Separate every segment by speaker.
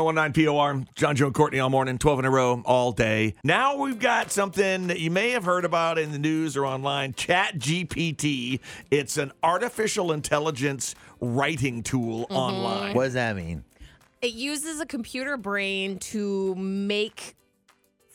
Speaker 1: 1019 POR, John Joe Courtney all morning, 12 in a row, all day. Now we've got something that you may have heard about in the news or online Chat GPT. It's an artificial intelligence writing tool online.
Speaker 2: What does that mean?
Speaker 3: it uses a computer brain to make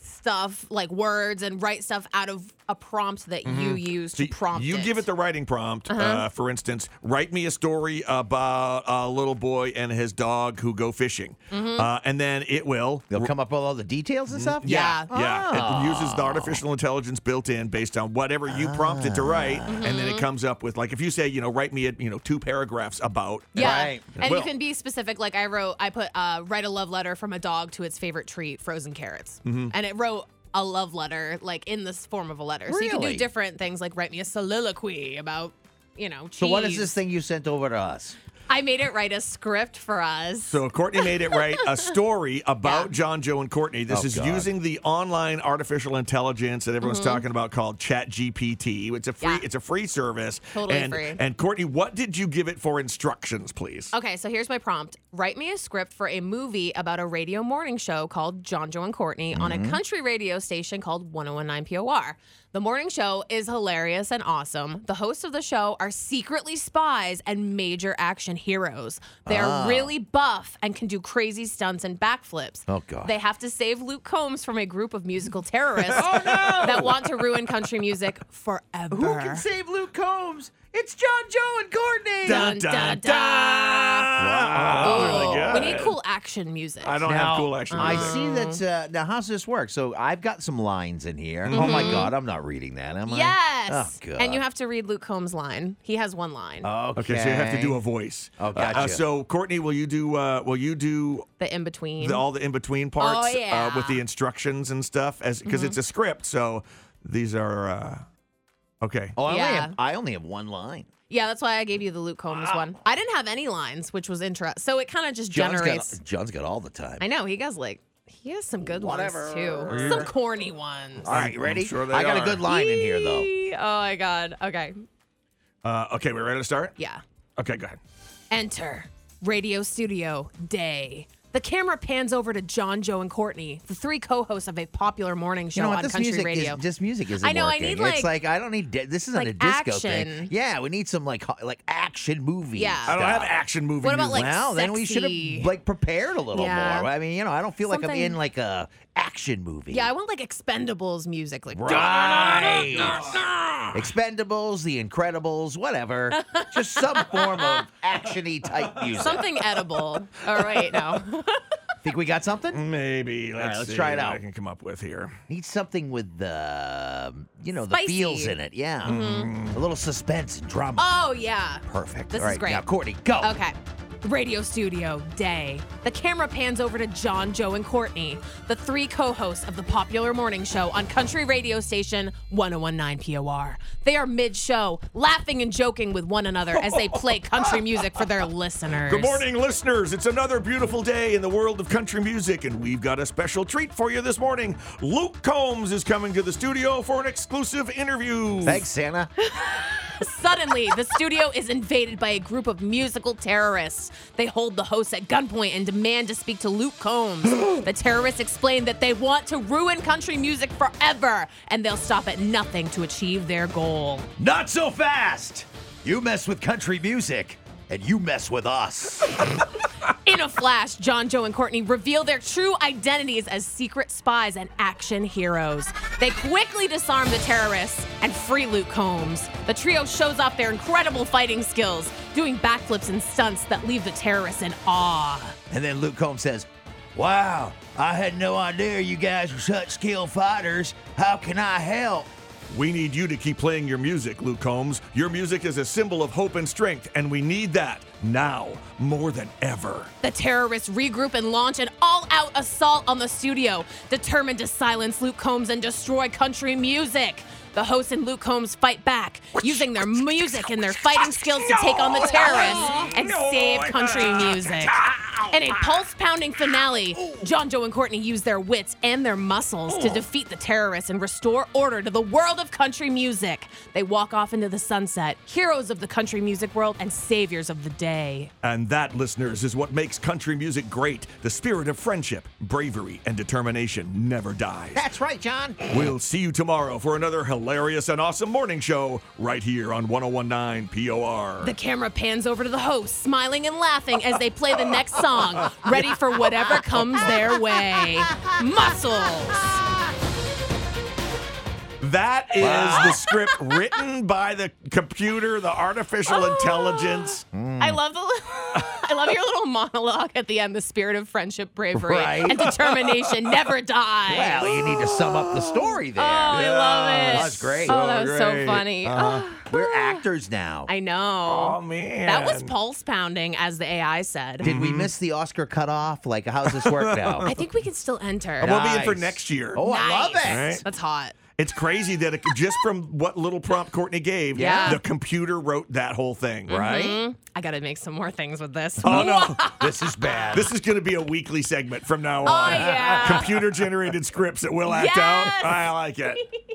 Speaker 3: stuff like words and write stuff out of a prompt that you use
Speaker 1: So
Speaker 3: to prompt
Speaker 1: you give it the writing prompt. Uh, for instance, write me a story about a little boy and his dog who go fishing, uh, and then it will.
Speaker 2: They'll come up with all the details
Speaker 1: Mm,
Speaker 2: and stuff?
Speaker 3: Yeah. Oh.
Speaker 1: Yeah, it uses the artificial intelligence built in based on whatever you prompt it to write, and
Speaker 3: Mm-hmm.
Speaker 1: then it comes up with like if you say, you know, write me a, you know two paragraphs about.
Speaker 3: yeah,
Speaker 2: Right.
Speaker 3: and
Speaker 1: Well-
Speaker 3: you can be specific. Like I wrote, I put uh, write a love letter from a dog to its favorite treat, frozen carrots, and it wrote a love letter like in this form of a letter. So you can
Speaker 2: Really?
Speaker 3: do different things, like write me a soliloquy about you know. Cheese.
Speaker 2: So what is this thing you sent over to us?
Speaker 3: I made it write a script for us.
Speaker 1: So Courtney made it write a story about
Speaker 3: Yeah.
Speaker 1: John, Joe, and Courtney. This
Speaker 2: Oh,
Speaker 1: is
Speaker 2: God.
Speaker 1: using the online artificial intelligence that everyone's talking about called ChatGPT. It's a free
Speaker 3: Mm-hmm. Yeah.
Speaker 1: it's a free service.
Speaker 3: Totally
Speaker 1: and,
Speaker 3: free. Oh,
Speaker 1: And Courtney, what did you give it for instructions, please?
Speaker 3: Okay, so here's my prompt. Write me a script for a movie about a radio morning show called John Joe and Courtney on a country radio station called 1019 POR. The morning show is hilarious and awesome. The hosts of the show are secretly spies and major action heroes. They are really buff and can do crazy stunts and backflips.
Speaker 2: Oh, God.
Speaker 3: They have to save Luke Combs from a group of musical terrorists
Speaker 1: Oh,
Speaker 3: that want to ruin country music forever.
Speaker 1: Uh-huh.
Speaker 2: save Luke Combs? It's John, Joe, and Courtney.
Speaker 3: Dun, dun, dun.
Speaker 1: Wow.
Speaker 3: Oh,
Speaker 1: Really
Speaker 3: we
Speaker 1: good.
Speaker 3: need cool action music.
Speaker 1: I don't have cool action.
Speaker 2: I
Speaker 1: music.
Speaker 2: see that. Uh, now, how's this work? So I've got some lines in here. Oh my God, I'm not reading that, am I?
Speaker 3: Yes.
Speaker 2: Oh God. Oh.
Speaker 3: and you have to read Luke Combs' line. He has one line.
Speaker 2: Okay.
Speaker 1: Okay, so you have to do a voice.
Speaker 2: Oh,
Speaker 1: Uh, Uh,
Speaker 2: gotcha.
Speaker 1: so Courtney, will you do uh, will you do
Speaker 3: the in between.
Speaker 1: the, all the in between parts
Speaker 3: Oh, yeah. Mm-hmm.
Speaker 1: uh, with the instructions and stuff as because it's a script. So these are uh, okay.
Speaker 2: Oh, I, only
Speaker 3: Yeah.
Speaker 2: have, I only have one line.
Speaker 3: yeah, that's why I gave you the Luke Combs one. I didn't have any lines, which was interesting. So it kind of just
Speaker 2: Ah. John's
Speaker 3: generates.
Speaker 2: got. John's got all the time.
Speaker 3: I know he has like he has some good ones too. Some corny ones.
Speaker 2: all right, you ready?
Speaker 1: sure they
Speaker 2: I got
Speaker 1: are.
Speaker 2: a good line in here though.
Speaker 3: Eee, Oh my god. Okay.
Speaker 1: Uh, okay, we're ready to start.
Speaker 3: Yeah.
Speaker 1: Okay, go ahead.
Speaker 3: Enter radio studio day. The camera pans over to John, Joe, and Courtney, the three co-hosts of a popular morning show
Speaker 2: You know
Speaker 3: on
Speaker 2: what? This
Speaker 3: country
Speaker 2: music
Speaker 3: radio.
Speaker 2: is this music is.
Speaker 3: I know, I
Speaker 2: Working.
Speaker 3: need,
Speaker 2: it's
Speaker 3: like-
Speaker 2: like I don't need. di- this isn't
Speaker 3: like
Speaker 2: a disco
Speaker 3: action.
Speaker 2: thing. Yeah, we need some like ho- like action movie.
Speaker 3: Yeah.
Speaker 1: I don't
Speaker 2: stuff.
Speaker 1: have action movie.
Speaker 3: What about,
Speaker 1: music.
Speaker 3: like,
Speaker 2: Well, then we should
Speaker 3: sexy.
Speaker 2: have like prepared a little
Speaker 3: Yeah.
Speaker 2: more. I mean, you know, I don't feel like I'm
Speaker 3: Something-
Speaker 2: in like a action movie.
Speaker 3: yeah, I want like Expendables music, like
Speaker 2: Right. Expendables, The Incredibles, whatever. Just some form of actiony type music.
Speaker 3: Something edible. All right, now.
Speaker 2: Think we got something?
Speaker 1: Maybe. Let's,
Speaker 2: let's
Speaker 1: see
Speaker 2: try it
Speaker 1: what
Speaker 2: out.
Speaker 1: I can come up with here.
Speaker 2: Need something with the um, you know the
Speaker 3: Spicy.
Speaker 2: feels in it. Yeah, a little suspense and drama.
Speaker 3: Oh, yeah.
Speaker 2: Perfect.
Speaker 3: this
Speaker 2: All
Speaker 3: is
Speaker 2: right,
Speaker 3: great.
Speaker 2: now Courtney, go.
Speaker 3: Okay. Radio studio day. The camera pans over to John, Joe, and Courtney, the three co hosts of the popular morning show on country radio station 1019 POR. They are mid show, laughing and joking with one another as they play country music for their listeners.
Speaker 1: Good morning, listeners. It's another beautiful day in the world of country music, and we've got a special treat for you this morning. Luke Combs is coming to the studio for an exclusive interview.
Speaker 2: Thanks, Santa.
Speaker 3: Suddenly, the studio is invaded by a group of musical terrorists. They hold the hosts at gunpoint and demand to speak to Luke Combs. the terrorists explain that they want to ruin country music forever and they'll stop at nothing to achieve their goal.
Speaker 2: Not so fast. You mess with country music, and you mess with us.
Speaker 3: In a flash, John, Joe, and Courtney reveal their true identities as secret spies and action heroes. They quickly disarm the terrorists and free Luke Combs. The trio shows off their incredible fighting skills, doing backflips and stunts that leave the terrorists in awe.
Speaker 2: And then Luke Combs says, Wow, I had no idea you guys were such skilled fighters. How can I help?
Speaker 1: We need you to keep playing your music, Luke Combs. Your music is a symbol of hope and strength, and we need that now more than ever.
Speaker 3: The terrorists regroup and launch an all out assault on the studio, determined to silence Luke Combs and destroy country music. The hosts and Luke Combs fight back, using their music and their fighting skills to take on the terrorists and save country music. In a pulse pounding finale, John Joe and Courtney use their wits and their muscles to defeat the terrorists and restore order to the world of country music. They walk off into the sunset, heroes of the country music world and saviors of the day.
Speaker 1: And that, listeners, is what makes country music great. The spirit of friendship, bravery, and determination never dies.
Speaker 2: That's right, John.
Speaker 1: We'll see you tomorrow for another hilarious and awesome morning show right here on 1019 POR.
Speaker 3: The camera pans over to the host, smiling and laughing as they play the next song, ready for whatever comes their way. Muscles!
Speaker 1: That is the script written by the computer, the artificial
Speaker 3: Oh,
Speaker 1: intelligence.
Speaker 3: I love the I love your little monologue at the end. The spirit of friendship, bravery,
Speaker 2: Right.
Speaker 3: and determination never die.
Speaker 2: Well, you need to sum up the story there.
Speaker 3: oh, I love
Speaker 1: Yeah,
Speaker 3: it.
Speaker 2: that's great.
Speaker 3: Oh, that was so
Speaker 1: Great. Uh-huh.
Speaker 3: funny. Oh,
Speaker 2: Uh, we're actors now.
Speaker 3: I know.
Speaker 1: Oh, man.
Speaker 3: that was pulse pounding, as the AI said.
Speaker 2: Did we miss the Oscar cutoff? Like, how's this work now?
Speaker 3: I think we can still enter.
Speaker 1: We'll be in for
Speaker 2: Nice.
Speaker 1: next year.
Speaker 2: Oh, I love
Speaker 3: Nice.
Speaker 2: it.
Speaker 1: Right.
Speaker 3: That's hot.
Speaker 1: It's crazy that it, just from what little prompt Courtney gave,
Speaker 3: Yeah.
Speaker 1: the computer wrote that whole thing, right?
Speaker 3: Mm, I gotta make some more things with this.
Speaker 1: Oh, no.
Speaker 2: This is bad.
Speaker 1: This is going to be a weekly segment from now on.
Speaker 3: Oh, yeah.
Speaker 1: Computer generated scripts that we'll act
Speaker 3: Yes.
Speaker 1: out. I like it.